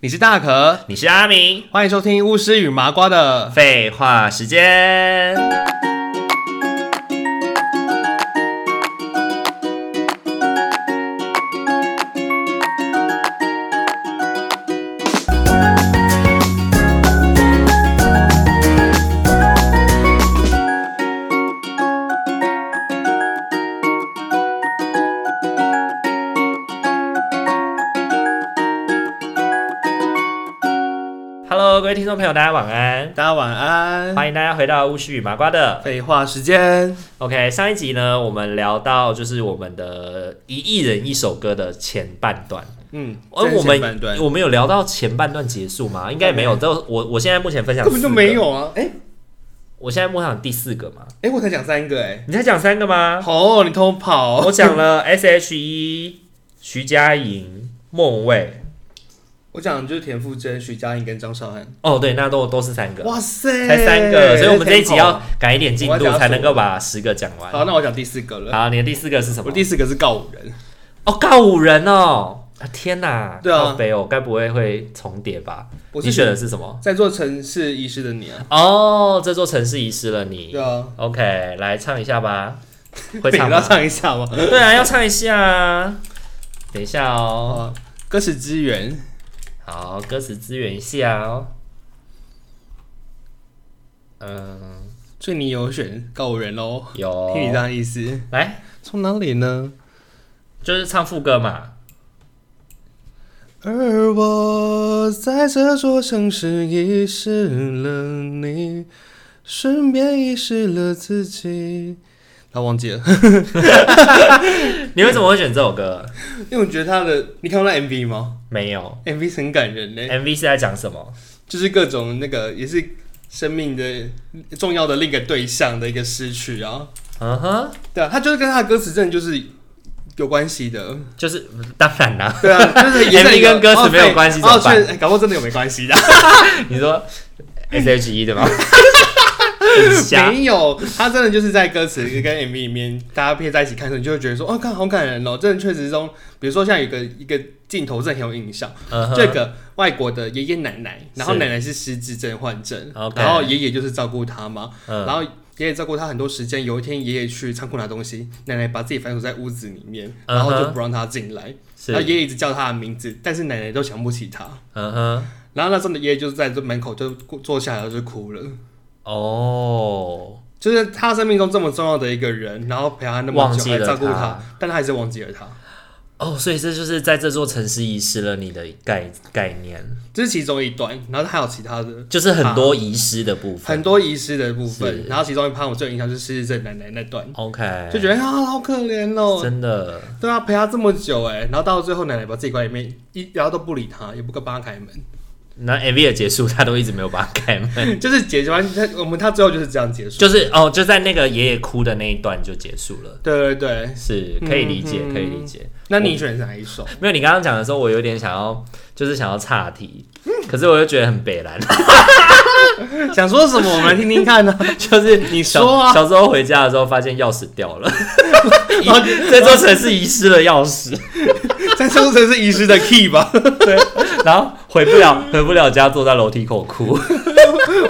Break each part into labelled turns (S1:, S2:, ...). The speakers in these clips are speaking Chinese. S1: 你是大可，
S2: 你是阿明，
S1: 欢迎收听巫师与麻瓜的。
S2: 废话时间。Hello，各位听众朋友，大家晚安，
S1: 大家晚安。
S2: 欢迎大家回到巫师与麻瓜的。
S1: 废话时间，
S2: OK，上一集呢，我们聊到就是我们的一亿人一首歌的前半段，
S1: 嗯，
S2: 而
S1: 这是
S2: 哦我
S1: 前半
S2: 们
S1: 段
S2: 我们有聊到前半段结束吗？应该没有，都我我现在目前分享
S1: 根本就
S2: 四个
S1: 没，有啊！哎、诶
S2: 我现在目前讲第四个嘛，
S1: 哎、我才讲三个哎、
S2: 你才讲三个吗？
S1: 哦，你偷跑，
S2: 我讲了 S.H.E、徐佳莹、莫文蔚，
S1: 我讲的就是田馥甄、徐佳莹跟张韶涵。
S2: 哦，对，那都都是三个，
S1: 哇哎塞，
S2: 才三个，所以我们这一集要
S1: 太
S2: 赶一点进
S1: 我要
S2: 度，
S1: 加
S2: 才能够
S1: 速
S2: 把十个讲
S1: 跑
S2: 完。
S1: 了好，那我讲第四个了。
S2: 好，你的第四个是什
S1: 我
S2: 么？
S1: 第四个是告五人，
S2: 哦，告五人哦，啊天哪，
S1: 对啊
S2: 靠北哦，该不会会重叠吧？
S1: 我
S2: 你
S1: 是
S2: 选的是什么？
S1: 在做城市遗失的你啊。
S2: 哦，这座城市遗失了你
S1: 对。啊，
S2: OK，来唱一 下吧，会
S1: 每
S2: 唱
S1: 个要
S2: 吗？
S1: 唱一下吗？
S2: 对啊，要唱一下啊。等一下哦，
S1: 哦，歌词之源，
S2: 好，歌词支援一下哦。嗯，
S1: 所以你有选告五人喽？
S2: 有
S1: 听你这样意思，
S2: 来，
S1: 从哪里呢？
S2: 就是唱副歌嘛。
S1: 而我在这座城市遗失了你，顺便遗失了自己。他忘记了，
S2: 你为什么会选这首歌？
S1: 因为我觉得他的，你看过那 MV 吗
S2: 没有
S1: ？MV 很感人呢、
S2: ，MV 是在讲什么？
S1: 就是各种那个也是生命的重要的另一个对象的一个失去啊。
S2: 嗯哼，
S1: 对啊，他就是跟他的歌词真的就是有关系的。
S2: 就是当然啦、
S1: 对啊，就是 也是
S2: MV
S1: 一个
S2: 跟歌词
S1: 哦
S2: 没有
S1: 对
S2: 关系怎
S1: 哦
S2: 么，办
S1: 确搞不好真的有没关系的。
S2: 你说 S H E 对吗？很瞎
S1: 没有，他真的就是在歌词跟 MV 里面，大家配在一起看的时候，你就会觉得说，哦，看好感人哦。真的确实中，比如说像有一个一个镜头，真的很有印象。
S2: 嗯哼
S1: 这个外国的爷爷奶奶，然后
S2: 是
S1: 奶奶是失智症患症，
S2: OK
S1: 然后爷爷就是照顾他嘛，
S2: 嗯
S1: 然后。爷爷照顾他很多时间，有一天爷爷去仓库拿东西，奶奶把自己反锁在屋子里面，然后
S2: 嗯
S1: 就
S2: 哼
S1: 不让他进来。
S2: 是
S1: 然后爷爷一直叫他的名字，但是奶奶都想不起他。
S2: 嗯哼
S1: 然后那时候的爷爷就在这门口就坐下来就哭了。
S2: 哦，
S1: 就是他生命中这么重要的一个人，然后陪他那么
S2: 忘
S1: 久，
S2: 记
S1: 还
S2: 了
S1: 照顾
S2: 他
S1: 他，但他还是忘记了他，
S2: 哦，所以这就是在这座城市遗失了你的概概念，
S1: 这是其中一段。然后还有其他的
S2: 就是很多遗失的部分。
S1: 很多遗失的部分，
S2: 是
S1: 然后其中一趴我最有印象就是失智症奶奶那段，
S2: OK，
S1: 就觉得啊好可怜哦，
S2: 真的
S1: 对啊陪他这么久哎，然后到最后奶奶把自己关里面一，然后都不理他，也不跟帮他 开门，
S2: 那 MV 的结束，他都一直没有把它开门，
S1: 就是解决完他我们他最后就是这样结束，
S2: 就是哦，就在那个爷爷哭的那一段就结束了，
S1: 对对对。
S2: 是可以理解，
S1: 嗯
S2: 可以理解。
S1: 那你选哪一首？
S2: 没有，你刚刚讲的时候，我有点想要，就是想要岔题，可是我又觉得很北蓝，
S1: 想说什么？我们来听听看呢、
S2: 就是
S1: 你
S2: 小
S1: 说啊，
S2: 小时候回家的时候发现钥匙掉 了，
S1: 然后
S2: 这座城市遗失了钥匙，
S1: 在这座城市遗失的 key 吧，
S2: 然后回不了回不了家，坐在楼梯口 哭。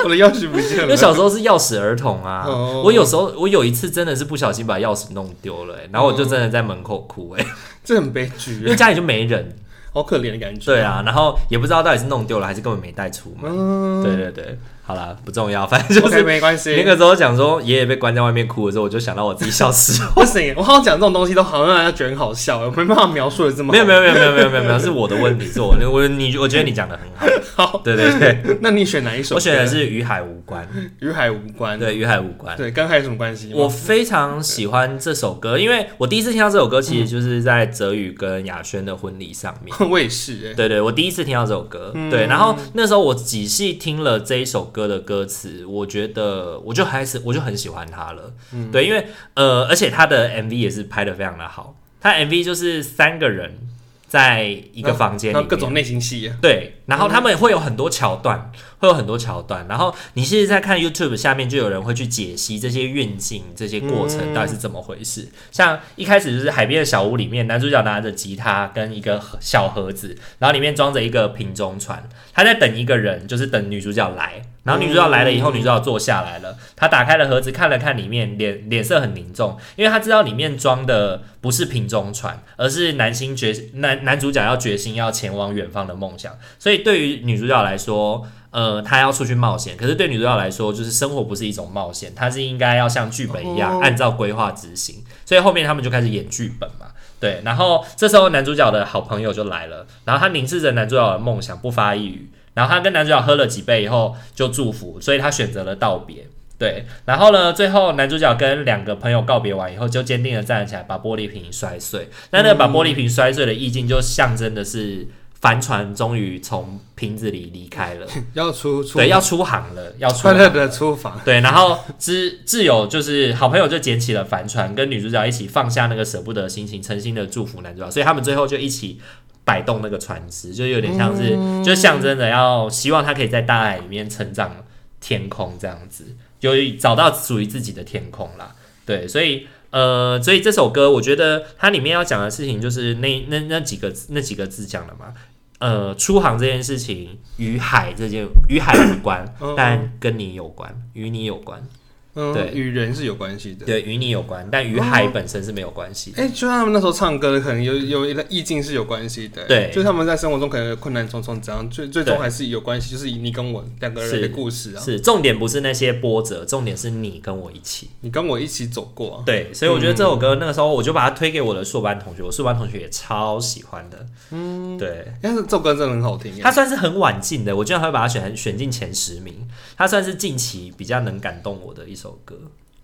S1: 我的钥匙不见
S2: 因
S1: 了
S2: 为。小时候是钥匙儿童啊
S1: 哦，
S2: 我有时候我有一次真的是不小心把钥匙弄丢了、欸然后我就真的在门口哭
S1: 哦
S2: 哎、欸
S1: 这很悲剧
S2: 因，为家里就没人，
S1: 好可怜的感觉。
S2: 对，啊，然后也不知道到底是弄丢了还是根本没带出门。
S1: 嗯，
S2: 对对对，好啦，不重要，反正就
S1: OK，
S2: 是。
S1: 没关系。
S2: 那个时候讲说爷爷被关在外面哭的时候，我就想到我自己小时候。
S1: 不行，我好像讲这种东西都好像让人家觉得很好笑， 我没办法描述的这么
S2: 没有没
S1: 有
S2: 有没有没有没有没有没有，是我的问题，是我的我你我觉得你讲的很好。
S1: 好。
S2: 对对对，
S1: 那你选哪一首歌？
S2: 我选的是与海无关，
S1: 与海无关。
S2: 对，与海无关。
S1: 对，跟海有什么关系吗？
S2: 我非常喜欢这首歌，因为我第一次听到这首歌，其实就是在泽宇跟雅轩的婚礼上面。
S1: 我也是哎，
S2: 对对，我第一次听到这首歌，
S1: 嗯
S2: 对，然后那时候我仔细听了这一首歌的歌词，我觉得我就开始我就很喜欢它了，
S1: 嗯
S2: 对，因为呃，而且它的 MV 也是拍的非常的好，它 MV 就是三个人，在一个房间里
S1: 然
S2: 面，
S1: 后各种内心戏啊，
S2: 对，然后他们会有很多桥段，会有很多桥段。然后你现在在看 YouTube 下面就有人会去解析这些运镜、这些过程到底是怎么回事。像一开始就是海边的小屋里面，男主角拿着吉他跟一个盒小盒子，然后里面装着一个瓶中船，他在等一个人，就是等女主角来。然后女主角来了以后，女主角坐下来了，她打开了盒子看了看里面，脸脸色很凝重，因为她知道里面装的不是瓶中船，而是男星决男男主角要决心要前往远方的梦想。所以对于女主角来说，呃，她要出去冒险。可是对女主角来说，就是生活不是一种冒险，她是应该要像剧本一样，
S1: 哦
S2: 按照规划执行。所以后面他们就开始演剧本嘛。对，然后这时候男主角的好朋友就来了，然后他凝视着男主角的梦想，不发一语。然后他跟男主角喝了几杯以后就祝福，所以他选择了道别。对，然后呢，最后男主角跟两个朋友告别完以后，就坚定的站了起来，把玻璃瓶摔碎。那那个把玻璃瓶摔碎的意境，就象征的是帆船终于从瓶子里离开了，
S1: 要出出
S2: 对，要出航了，要出
S1: 快
S2: 航
S1: 乐的出房，
S2: 对，然后挚挚友就是好朋友就捡起了帆船，跟女主角一起放下那个舍不得的心情，诚心的祝福男主角，所以他们最后就一起摆动那个船只，就有点像是、就象征着要希望他可以在大海里面成长天空这样子，就找到属于自己的天空啦。对，所以呃，所以这首歌我觉得它里面要讲的事情就是那那那几个那几个字讲了嘛。呃，出航这件事情与海这件与海无关
S1: 嗯，
S2: 但跟你有关，与你有关，对
S1: 嗯，与人是有关系的。
S2: 对，与你有关，但与海本身是没有关系的。
S1: 哎、就像他们那时候唱歌，可能有有一个意境是有关系的。
S2: 对
S1: 就是他们在生活中可能有困难重重，怎样最最终
S2: 对
S1: 还是有关系，就是以你跟我两个人
S2: 是
S1: 的故事啊，
S2: 是重点不是那些波折，重点是你跟我一起。
S1: 你跟我一起走过、啊。
S2: 对，所以我觉得这首歌那个时候我就把它推给我的硕班同学，我硕班同学也超喜欢的。嗯，对，
S1: 但是这首歌真的很好听耶，
S2: 它算是很晚近的，我居然会把它选选进前十名，它算是近期比较能感动我的一首歌。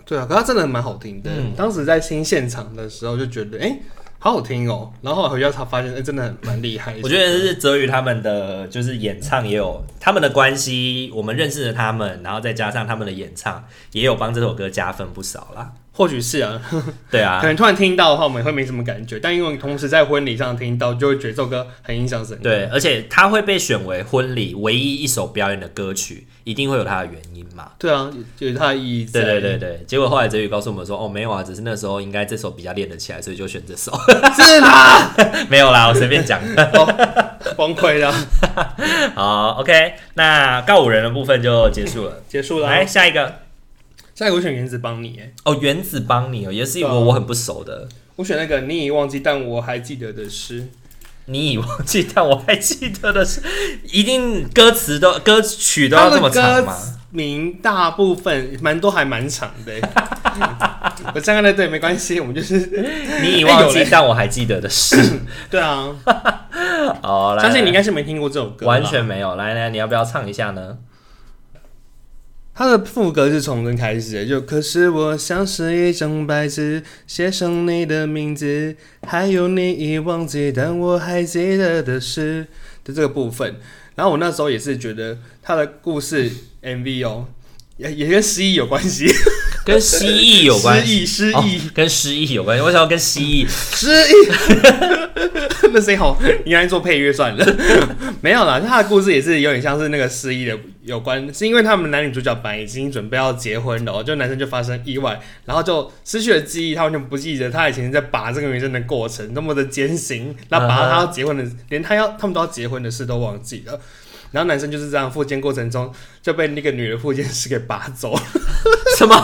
S1: 对啊，可它真的蛮好听的。
S2: 嗯
S1: 当时在新现场的时候就觉得，哎、好好听哦、然后回家才发现，哎、真的很蛮厉害。
S2: 我觉得是泽宇他们的就是演唱也有他们的关系，我们认识了他们，然后再加上他们的演唱，也有帮这首歌加分不少啦。
S1: 或许是啊，
S2: 对啊
S1: 可，能突然听到的话，我们也会没什么感觉，但因为同时在婚礼上听到，就会觉得这首歌很印象深刻。
S2: 对，而且它会被选为婚礼唯一一首表演的歌曲，一定会有它的原因嘛。
S1: 对啊，有有它的意义在。
S2: 对对对对，结果后来泽宇告诉我们说，哦，没有啊，只是那时候应该这首比较练得起来，所以就选这首。
S1: 是啦，
S2: 没有啦，我随 便讲。
S1: 崩溃了，
S2: 好，OK，那告五人的部分就结束了。
S1: 结束了。
S2: 来下一个
S1: 下一个我选原子邦你，哎，
S2: 哦，原子邦你哦，也是一
S1: 对啊
S2: 个我很不熟的。
S1: 我选那个你已忘记但我还记得的诗，
S2: 你已忘记，但我还记得的是，一定歌词都歌曲都要这么
S1: 它的
S2: 长
S1: 歌
S2: 吗？
S1: 名大部分蛮多还蛮长的、欸。 我站在那对没关系，我们就是
S2: 你已
S1: 哎
S2: 忘
S1: 有
S2: 记
S1: 嘞，
S2: 但我还记得的是。
S1: 对啊，
S2: 哦，来，
S1: 相信你
S2: 来
S1: 应该是没听过这首歌吧，
S2: 完全没有。来来，你要不要唱一下呢？
S1: 它的副歌是从零开始的，就可是我像是一张白纸，写上你的名字，还有你已忘记但我还记得的事的这个部分。然后我那时候也是觉得它的故事 MV 哦，也也跟失忆有关系，
S2: 跟蜥蜴有关
S1: 失
S2: 系，
S1: 忆失
S2: 哦
S1: 忆、
S2: 跟失忆有关系。为什么要跟蜥蜴？
S1: 失忆， 那谁好？应该做配乐算了。 没有啦，他的故事也是有点像是那个失忆的有关，是因为他们男女主角本来已经准备要结婚了哦，就男生就发生意外，然后就失去了记忆，他完全不记得他以前在拔这个女生的过程多么的艰辛，那拔到他要结婚的，连他要他们都要结婚的事都忘记了。然后男生就是这样复健过程中就被那个女的复健师给拔走，
S2: 什么？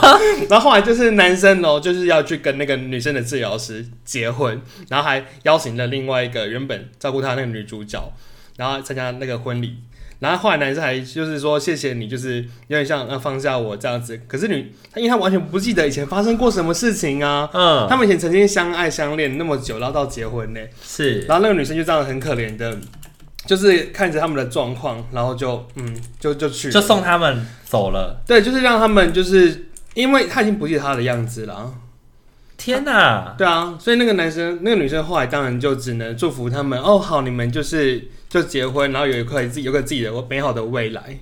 S1: 然后后来就是男生哦，就是要去跟那个女生的治疗师结婚，然后还邀请了另外一个原本照顾他那个女主角，然后参加那个婚礼。然后后来男生还就是说谢谢你，就是有点像呃放下我这样子。可是女，他因为他完全不记得以前发生过什么事情啊，
S2: 嗯，
S1: 他们以前曾经相爱相恋那么久，然后到结婚呢。
S2: 是
S1: 然后那个女生就这样很可怜的，嗯就是看着他们的状况，然后就嗯就就去了
S2: 就送他们走了。
S1: 对，就是让他们就是因为他已经不记得他的样子了。
S2: 天哪！
S1: 对啊，所以那个男生、那个女生后来当然就只能祝福他们。哦，好，你们就是就结婚，然后有一块自己有个自己的美好的未来。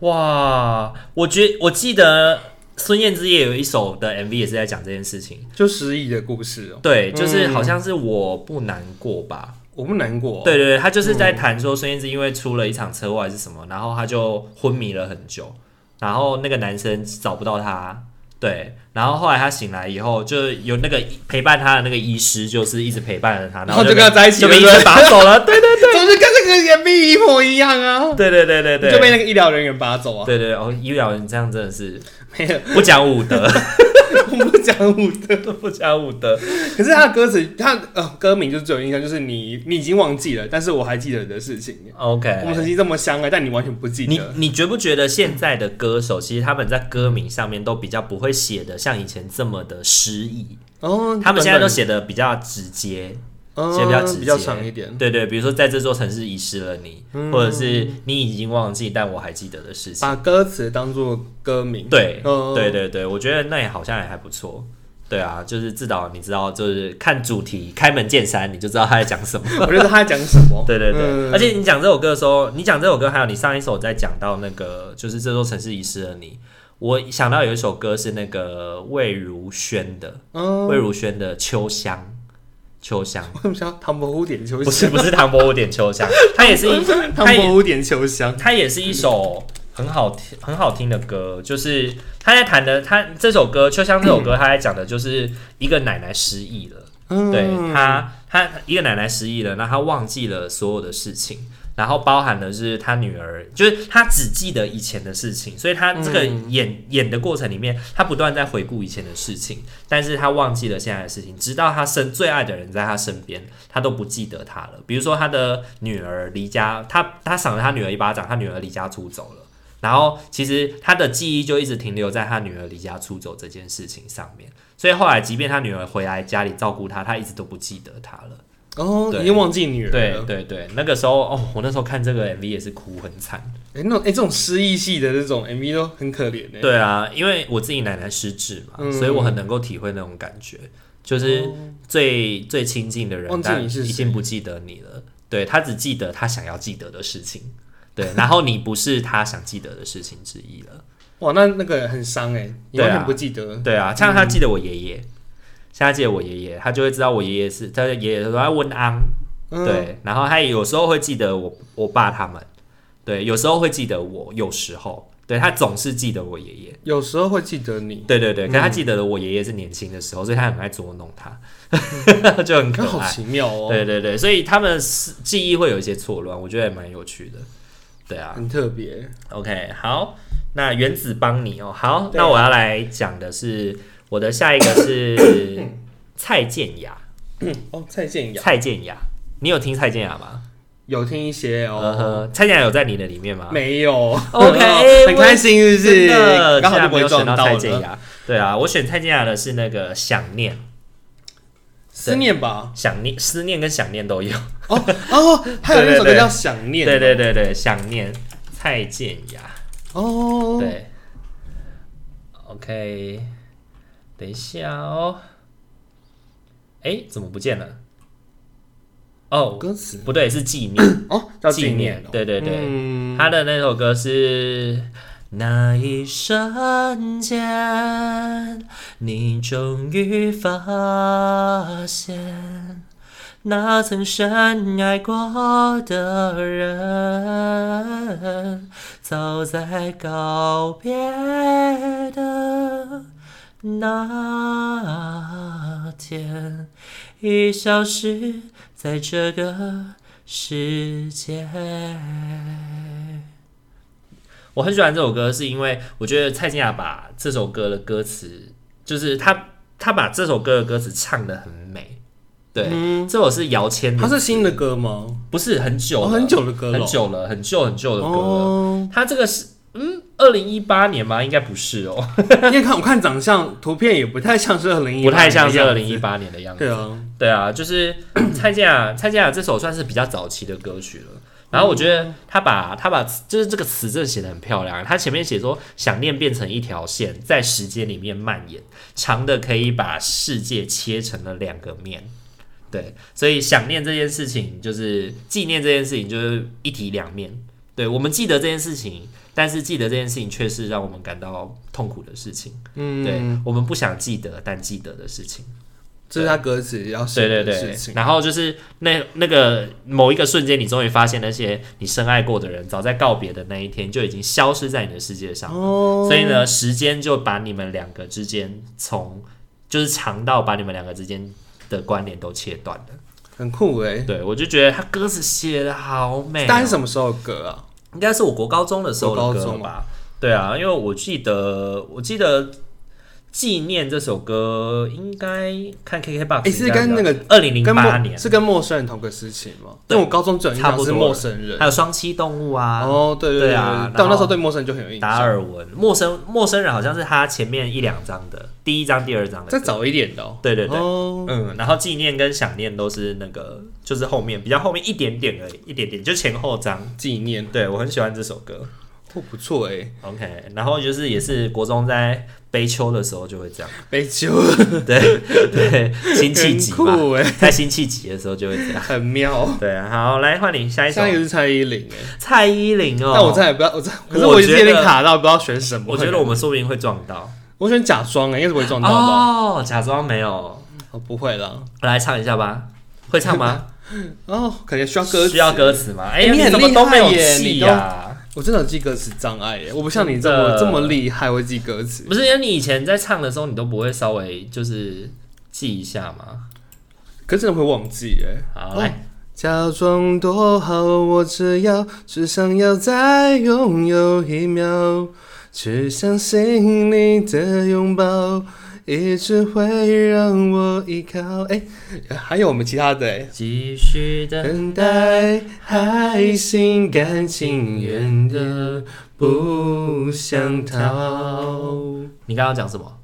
S2: 哇，我觉我记得孙燕姿也有一首的 MV 也是在讲这件事情。
S1: 就失忆的故事哦、
S2: 对，就是好像是我不难过吧。
S1: 我不难过、哦。
S2: 对对对，他就是在谈说孙燕姿因为出了一场车祸还是什
S1: 嗯
S2: 么，然后他就昏迷了很久，然后那个男生找不到他，对，然后后来他醒来以后，就有那个陪伴他的那个医师，就是一直陪伴着他，
S1: 然
S2: 然
S1: 后
S2: 后
S1: 就跟他在一起
S2: 就被医
S1: 对不对
S2: 生拔走了，对对
S1: 对，就是跟那个岩壁一模一样啊，
S2: 对对对对对，
S1: 就被那个医疗人员拔走啊。
S2: 对对对哦，医疗人这样真的是
S1: 没有，
S2: 不讲武德，
S1: 我不讲武德。
S2: 不讲武德，
S1: 可是他的歌词，他呃歌名就是最有印象，就是你你已经忘记了，但是我还记得的事 情。我们曾
S2: OK，
S1: 经这么相爱，但你完全不记
S2: 你
S1: 得。
S2: 你觉不觉得现在的歌手其实他们在歌名上面都比较不会写的像以前这么的诗意，
S1: 哦，
S2: 他们现在都
S1: 写
S2: 写的比较直接，写
S1: 写
S2: 得比较直接，
S1: 比较长一点。
S2: 对对，比如说在这座城市遗失了你，
S1: 嗯
S2: 或者是你已经忘记但我还记得的事情，
S1: 把歌词当做歌名，
S2: 对
S1: 嗯
S2: 对对对，我觉得那也好像也还不错。对啊，就是至少你知道，就是看主题开门见山，你就知道他在讲什么。？
S1: 我觉得他在讲什么
S2: 对对对，
S1: 嗯
S2: 而且你讲这首歌的时候，你讲这首歌，还有你上一首在讲到那个，就是这座城市遗失了你。我想到有一首歌是那个魏如萱的，
S1: 嗯，
S2: 魏如萱的《秋香》，秋香
S1: 为什么叫唐伯虎点秋
S2: 不
S1: 香？
S2: 是不是唐伯虎点秋香，它也是一
S1: 唐
S2: 它也
S1: 伯虎点秋香，
S2: 它也是一首很好听很好听的歌，就是他在谈的，他这首歌《秋香》这首歌，他在讲的就是一个奶奶失忆了。
S1: 嗯，
S2: 对他，他一个奶奶失忆了，那他忘记了所有的事情，然后包含的是他女儿，就是他只记得以前的事情，所以他这个演、演的过程里面，他不断在回顾以前的事情，但是他忘记了现在的事情，直到他身最爱的人在他身边，他都不记得他了。比如说他的女儿离家，他他赏了他女儿一巴掌，他女儿离家出走了。然后其实他的记忆就一直停留在他女儿离家出走这件事情上面，所以后来即便他女儿回来家里照顾他，他一直都不记得他了。
S1: 哦，
S2: 对
S1: 已经忘记女人
S2: 对
S1: 了。
S2: 对对，那个时候哦，我那时候看这个 MV 也是哭很惨。
S1: 哎，那种哎这种诗意系的这种 MV 都很可怜哎。
S2: 对啊，因为我自己奶奶失智嘛，
S1: 嗯哦
S2: 所以我很能够体会那种感觉，就是最、最亲近的人，
S1: 忘记
S2: 但
S1: 你
S2: 已
S1: 是谁
S2: 经不记得你了。对他只记得他想要记得的事情，对， 然后你不是他想记得的事情之一了。
S1: 哇，那那个很伤哎，你
S2: 对啊
S1: 完全不记得。
S2: 对啊，像他记得我爷爷，
S1: 嗯
S2: 像他记得我爷爷，他就会知道我爷爷是他的爷爷说他温安，
S1: 嗯，
S2: 对，然后他也有时候会记得我我爸他们，对，有时候会记得我，有时候，对他总是记得我爷爷。
S1: 有时候会记得你，
S2: 对对对，可是他记得的我爷爷是年轻的时候，所以他很爱捉弄他， 就很可
S1: 那好
S2: 爱。
S1: 奇妙哦，
S2: 对对对，所以他们是记忆会有一些错乱，我觉得也蛮有趣的。对啊
S1: 很特别。
S2: ，OK，好，那原子帮你哦。好，
S1: 对啊
S2: 那我要来讲的是我的下一个 是蔡健雅，
S1: 哦，蔡健雅
S2: 蔡健雅，你有听蔡健雅吗？
S1: 有听一些
S2: 呃
S1: 哦，
S2: 呵，蔡健雅有在你的里面吗？
S1: 没 有
S2: OK，
S1: 很开心是不
S2: 真
S1: 是
S2: 的，？
S1: 刚好就不
S2: 没
S1: 会
S2: 有
S1: 撞
S2: 选到蔡健
S1: 了。
S2: 雅。对啊，我选蔡健雅的是那个想念。
S1: 思念吧，
S2: 想念、思念跟想念都有。
S1: 哦哦，还有那首歌
S2: 对对对
S1: 叫《想念》，
S2: 对对对对，想念蔡健雅。
S1: 哦，
S2: 对，OK，等一下哦。哎，怎么不见了？哦，
S1: 歌词
S2: 不对，是纪念，
S1: 哦，叫纪
S2: 纪
S1: 念
S2: 念。
S1: 哦，
S2: 对对对，
S1: 嗯
S2: 他的那首歌是。那一瞬间，你终于发现，那曾深爱过的人，早在告别的那天，已消失在这个世界。我很喜欢这首歌，是因为我觉得蔡健雅把这首歌的歌词，就是她她把这首歌的歌词唱得很美。对，
S1: 嗯
S2: 这首是姚谦
S1: 它
S2: 的，
S1: 是新的歌吗？
S2: 不是很久了、
S1: 哦，很久的歌了，
S2: 很久了，很旧很旧的歌了。
S1: 哦。
S2: 他这个是嗯，二零一八年吗？应该不是哦，
S1: 因为看我看长相，图片也不太像是二零一，
S2: 不太像是二零一。八年的样子。
S1: 对啊，
S2: 对啊，就是蔡健雅， 蔡健雅这首算是比较早期的歌曲了。然后我觉得他把他把就是这个词真的写的很漂亮，他前面写说想念变成一条线，在时间里面蔓延，长的可以把世界切成了两个面。对，所以想念这件事情，就是纪念这件事情，就是一体两面。对我们记得这件事情，但是记得这件事情却是让我们感到痛苦的事情。
S1: 嗯，
S2: 对，我们不想记得但记得的事情。
S1: 这是他歌词要
S2: 对
S1: 写的
S2: 对对
S1: 事，情。
S2: 然后就是那那个某一个瞬间，你终于发现那些你深爱过的人，早在告别的那一天就已经消失在你的世界上了。
S1: 哦，
S2: 所以呢，时间就把你们两个之间从就是长到把你们两个之间的关联都切断了。
S1: 很酷哎、
S2: 对我就觉得他歌词写的好美、啊
S1: 大概是什么时候的歌啊？
S2: 应该是我国高中的时候
S1: 国高
S2: 的歌
S1: 中
S2: 吧？对啊，因为我记得，我记得《纪念》这首歌应该看 KKBOX，
S1: 诶是跟那个
S2: 二零零
S1: 跟
S2: 八
S1: 陌
S2: 年，
S1: 是跟陌生人同个时期吗？
S2: 对
S1: 因为我高中最有印
S2: 差
S1: 象
S2: 不
S1: 是
S2: 多
S1: 陌生人。
S2: 还有双栖动物啊。
S1: 哦，对对
S2: 对啊
S1: 但我那时
S2: 然后
S1: 候对陌生人就很有印
S2: 达
S1: 象。
S2: 尔文，陌生陌生人好像是他前面一两张的，第一张、第二张的
S1: 再
S2: 歌。
S1: 早一点的、哦，
S2: 对对对
S1: 哦，
S2: 嗯，然后纪念跟想念都是那个，就是后面比较后面一点点而已，一点点，就前后章。
S1: 纪念
S2: 对我很喜欢这首歌
S1: 哦，不错哎、
S2: ，OK。然后就是也是国中在悲秋的时候就会 这样，
S1: 被揪了，
S2: 对对，辛弃疾
S1: 很
S2: 嘛，
S1: 酷哎、
S2: 在辛弃疾的时候就会这样。
S1: 很妙。
S2: 对啊，好，来换你下一首
S1: 下一个是蔡依林哎、
S2: 蔡依林哦。
S1: 但我再也不要，我再，可是
S2: 我
S1: 我一直
S2: 觉
S1: 有点
S2: 得
S1: 卡到，不知道选什么。
S2: 我觉得我们说不定会撞到
S1: 我选假装哎、应该是不会撞到吧？
S2: 哦，假装没有，
S1: 哦，不会啦。
S2: 来唱一下吧，会唱吗？
S1: 哦，可能需 要歌词，
S2: 需要歌词吗？哎、
S1: 哎你很
S2: 怎么
S1: 厉
S2: 都没
S1: 害
S2: 有
S1: 耶
S2: 气
S1: 你
S2: 呀、
S1: 都我真的有记歌词障碍欸耶，我不像你这
S2: 真
S1: 么
S2: 的
S1: 这么厉害会记歌词。
S2: 不是因为你以前在唱的时候，你都不会稍微就是记一下吗？
S1: 可是真的会忘记耶。
S2: 好，
S1: 哦
S2: 来，
S1: 假装多好，我只要只想要再拥有一秒，只相信你的拥抱，一直会让我依靠。哎、还有我们其他的哎。
S2: 继续的
S1: 等待还心甘情愿的不想逃。
S2: 你刚刚讲什么？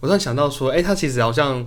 S1: 我突然想到说，哎、他其实好像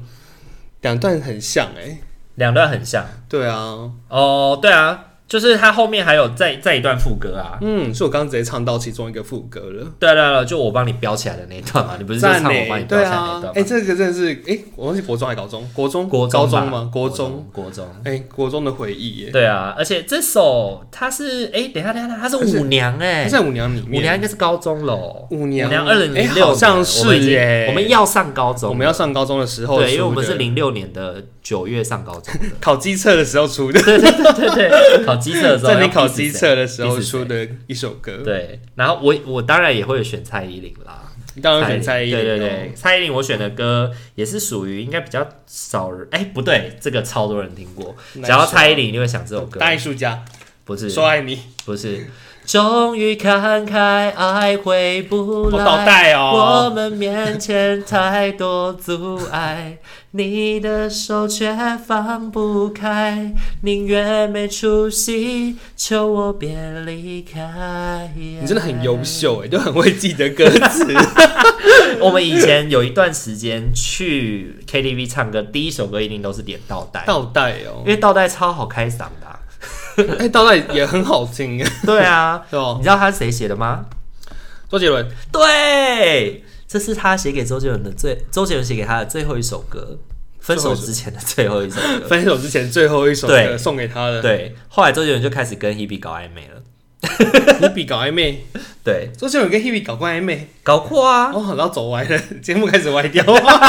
S1: 两段很像、诶
S2: 两段很像
S1: 哎，对啊，
S2: 哦，对啊，就是它后面还有再再一段副歌啊。
S1: 嗯，是我刚刚直接唱到其中一个副歌了。
S2: 对啊对啊对啊，就我帮你标起来的那一段嘛，你不是就
S1: 赞
S2: 唱我帮
S1: 欸
S2: 你标
S1: 对
S2: 起来那
S1: 啊
S2: 一，段
S1: 哎、
S2: 吗？
S1: 这个真的是，哎、我忘记国中还是高中，国中、
S2: 国中
S1: 高
S2: 吧
S1: 中吗？国中，
S2: 中，国中。
S1: 哎、国中的回忆耶，
S2: 对啊，而且这首它是哎，等一下等一下，它是舞娘哎
S1: 哎，在舞娘里
S2: 舞娘
S1: 面，
S2: 应该是高中喽。
S1: 舞娘
S2: 二零零
S1: 哎
S2: 六
S1: 好像是耶
S2: 我们要上高中了，
S1: 我们要上高中的时候出的，，
S2: 对，因为我们是零六年的九月上高中的
S1: 考机测的时候出的，
S2: 对对对对对，考机测的时候，
S1: 在你
S2: 要
S1: 考
S2: 逼死
S1: 机
S2: 谁
S1: 测的时候
S2: 逼死谁
S1: 出的一首歌，
S2: 对，然后我我当然也会选蔡依林啦，
S1: 当然选蔡依林、哦，
S2: 对对对，蔡依林我选的歌也是属于应该比较少人，哎、不对，这个超多人听过，
S1: 哪一首
S2: 只要蔡依林你就会想这首歌，
S1: 大艺术家
S2: 不是
S1: 说爱你，
S2: 不是，终于看开，爱回不
S1: 我
S2: 来。
S1: 倒带
S2: 我
S1: 哦，
S2: 们面前太多阻碍，你的手却放不开，宁愿没出息，求我别离开。
S1: 你真的很优。秀哎，就很会记得歌 词。
S2: 我们以前有一段时间去 KTV 唱歌，第一首歌一定都是点倒带，
S1: 倒带
S2: 因
S1: 哦，
S2: 为倒带超好开嗓的啊、
S1: 哎，倒带也很好听，哎
S2: 对 啊，
S1: 对哦
S2: 你。知道他是谁写的吗？
S1: 周杰伦，
S2: 对，这是他写给周杰伦的最，周杰伦写给他的最后一首歌，分手之前的最后一首 歌。
S1: 分手之前最后一首
S2: 对
S1: 歌送给他的，
S2: 对，后来周杰伦就开始跟 Hebe 搞暧昧了。
S1: ，Hebe 搞暧昧，
S2: 对，
S1: 周杰伦跟 Hebe 搞过暧昧，
S2: 搞过啊，
S1: 哦，好要走歪了，节目开始歪掉，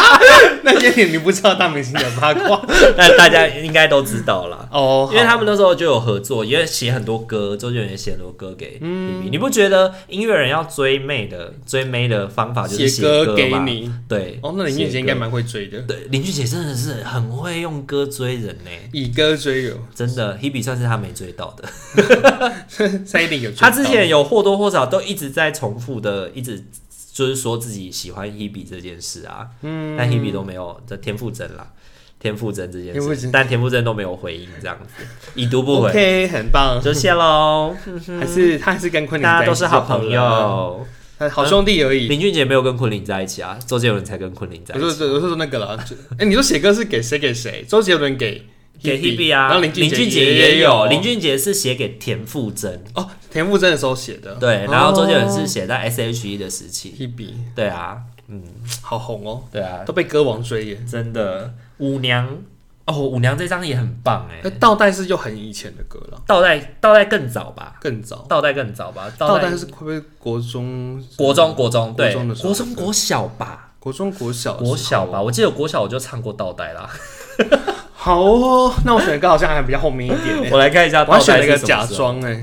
S1: 那些你不知道大明星的八卦
S2: 那大家应该都知道啦。
S1: 哦，
S2: 因为
S1: 好
S2: 他们那时候就有合作，也写很多歌，周杰伦也写很多歌给 Hebe、你
S1: 嗯
S2: 不觉得音乐人要追妹的追妹的方法就是
S1: 写
S2: 歌
S1: 歌给
S2: 吗？
S1: 你，
S2: 对，
S1: 哦，那林俊杰应该蛮会追的
S2: 写，歌对，林俊杰真的是很会用歌追人呢、
S1: 以歌追友，
S2: 真的，Hebe 算是他没追到的。
S1: 蔡依林有追
S2: 他
S1: 到，
S2: 之前有或多或少都一直在重复的，一直就是说自己喜欢 Hebe 这件事啊，嗯，但 Hebe 都没有，这田馥甄啦，田馥甄这件
S1: 田馥
S2: 事，
S1: 甄
S2: 但田馥甄都没有回应，这样子已读不回
S1: OK 很棒，
S2: 就谢喽，
S1: 还是他还是跟昆凌
S2: 嗯大家
S1: 在
S2: 都
S1: 一起
S2: 是
S1: 就
S2: 好
S1: 好
S2: 朋
S1: 了，
S2: 友。
S1: 呃好兄弟而已。
S2: 林俊杰没有跟昆凌在一起啊，周杰伦才跟昆凌在
S1: 我
S2: 一
S1: 说
S2: 起。
S1: 我是说那个了，就哎、你说写歌是给谁给谁？周杰伦给
S2: 给 Hebe
S1: 然
S2: 啊，
S1: 后林
S2: 林
S1: 杰
S2: 俊杰也有，林
S1: 林
S2: 俊杰是写给田馥甄，
S1: 哦，田馥甄的时候写的，
S2: 对，然后周杰伦是写在 S.H.E 的时期，
S1: Hebe
S2: 对啊，嗯，
S1: 好红哦，
S2: 对啊，
S1: 都被歌王追耶。
S2: 真的，舞娘哦，舞娘这张也很棒哎
S1: 那，倒带是就很以前的歌了，
S2: 倒带倒带更早吧，
S1: 更早。
S2: 倒带更早吧，
S1: 倒
S2: 带
S1: 带是会不会国中？
S2: 国中国
S1: 国
S2: 中对
S1: 中的时候
S2: 国中国小吧，
S1: 国中、国小、
S2: 国小吧，，我记得国小我就唱过倒带啦。
S1: 好哦，那我选的歌好像还比较后面一 点呢、
S2: 我来看一下
S1: 我
S2: 倒
S1: 还选
S2: 带
S1: 了一
S2: 是
S1: 个
S2: 什
S1: 假
S2: 么时候。
S1: 装哎、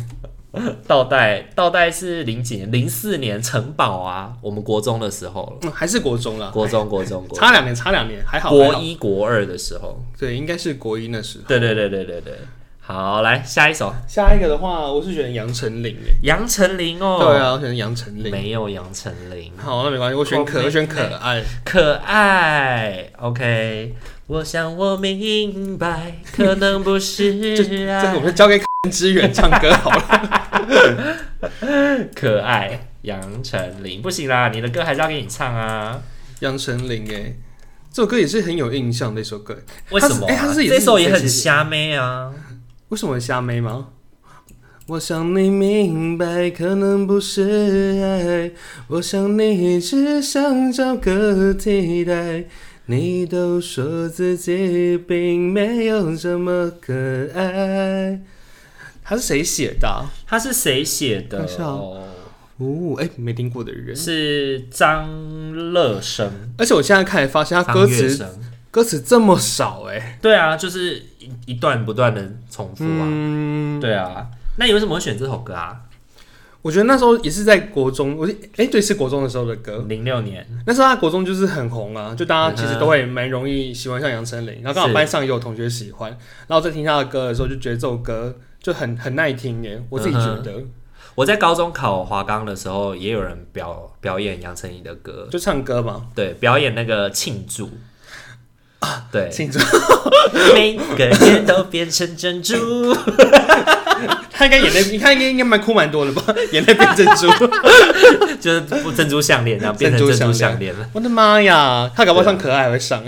S2: 倒带，倒带是零几年，零四年城堡啊，我们国中的时候了。
S1: 嗯，还是国中啦，
S2: 国中，国中，国中
S1: 差两年，差两年，还好。还
S2: 国
S1: 好，
S2: 一、国二的时候。
S1: 对，应该是国一那时候。
S2: 对对对对对对。好，来下一首，
S1: 下一个的话，我是选杨丞琳诶。
S2: 杨丞琳哦。
S1: 对啊，我选杨丞琳。
S2: 没有杨丞琳，
S1: 好，那没关系，我选可，
S2: 我
S1: 我选可爱。
S2: 可爱。OK，我想我明白，可能
S1: 这
S2: 不是啊
S1: 这个我们，
S2: 爱
S1: 就交给 支援唱歌好了。
S2: 可爱。杨丞琳不行啦，你的歌还是要给你唱啊。
S1: 杨丞琳诶，这首歌也是很有印象的一首歌。
S2: 为什么、啊？
S1: 他是哎他是也是
S2: 这首也
S1: 谁
S2: 很
S1: 写的
S2: 瞎妹啊。
S1: 为什么瞎妹吗？我想你明白，可能不是爱。我想你只想找个替代。你都说自己并没有这么可爱。他是谁写的啊、
S2: 他是谁写的
S1: 好？像
S2: 哦
S1: 哦，哎、没听过的人。
S2: 是张乐生，
S1: 而且我现在看发现他歌
S2: 张月
S1: 词
S2: 生。
S1: 歌词这么少哎、
S2: 对啊，就是一一段不断的重复啊。
S1: 嗯，
S2: 对啊，那你为什么会选这首歌啊？
S1: 我觉得那时候也是在国中，我是哎、对，是国中的时候的歌。
S2: 零六年，
S1: 那时候他国中就是很红啊，就大家其实都会蛮容易喜欢上杨丞琳，然后刚好
S2: 是
S1: 班上也有同学喜欢，然后在听他的歌的时候就觉得这首歌就很很耐听耶，我自己觉得，
S2: 我在高中考华冈的时候，也有人表表演杨丞琳的歌，
S1: 就唱歌嘛，
S2: 对，表演那个庆祝。对，
S1: 庆祝，
S2: 每个人都变成珍珠，
S1: 他应该眼泪，你看应该应该蛮哭蛮多的吧，眼泪变珍珠，
S2: 就是不珍珠项链，然后变成珍珠项链了。
S1: 我的妈呀，他搞不好唱可爱还会上，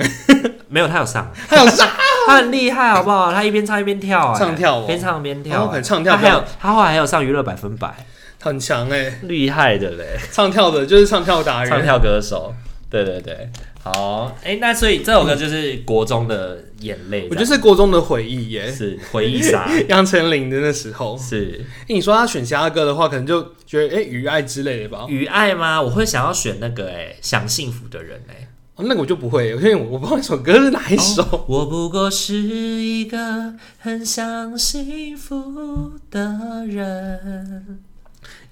S2: 没有，他有上，
S1: 他有上，
S2: 他很厉害，好不好？他一边唱一边跳、哎
S1: 唱跳哦
S2: 边唱边跳、哎
S1: 哦很唱跳
S2: 他还有，他后来还有上娱乐百分百，
S1: 他很强哎，
S2: 厉害的嘞，
S1: 唱跳的就是唱跳达
S2: 唱
S1: 人，
S2: 跳歌手。对对对，好，哎、那所以这首歌就是国中的眼泪，
S1: 我觉得是国中的回忆耶，
S2: 是回忆 杀，
S1: 杨丞琳的那时候，
S2: 是
S1: 哎你说他选其他歌的话，可能就觉得哎余爱之类的吧，
S2: 雨哦爱吗？我会想要选那个哎、想幸福的人哎、
S1: 哦，那个我就不会，因为我我不知道那首歌是哪一首。
S2: 我不过是一个很想幸福的人，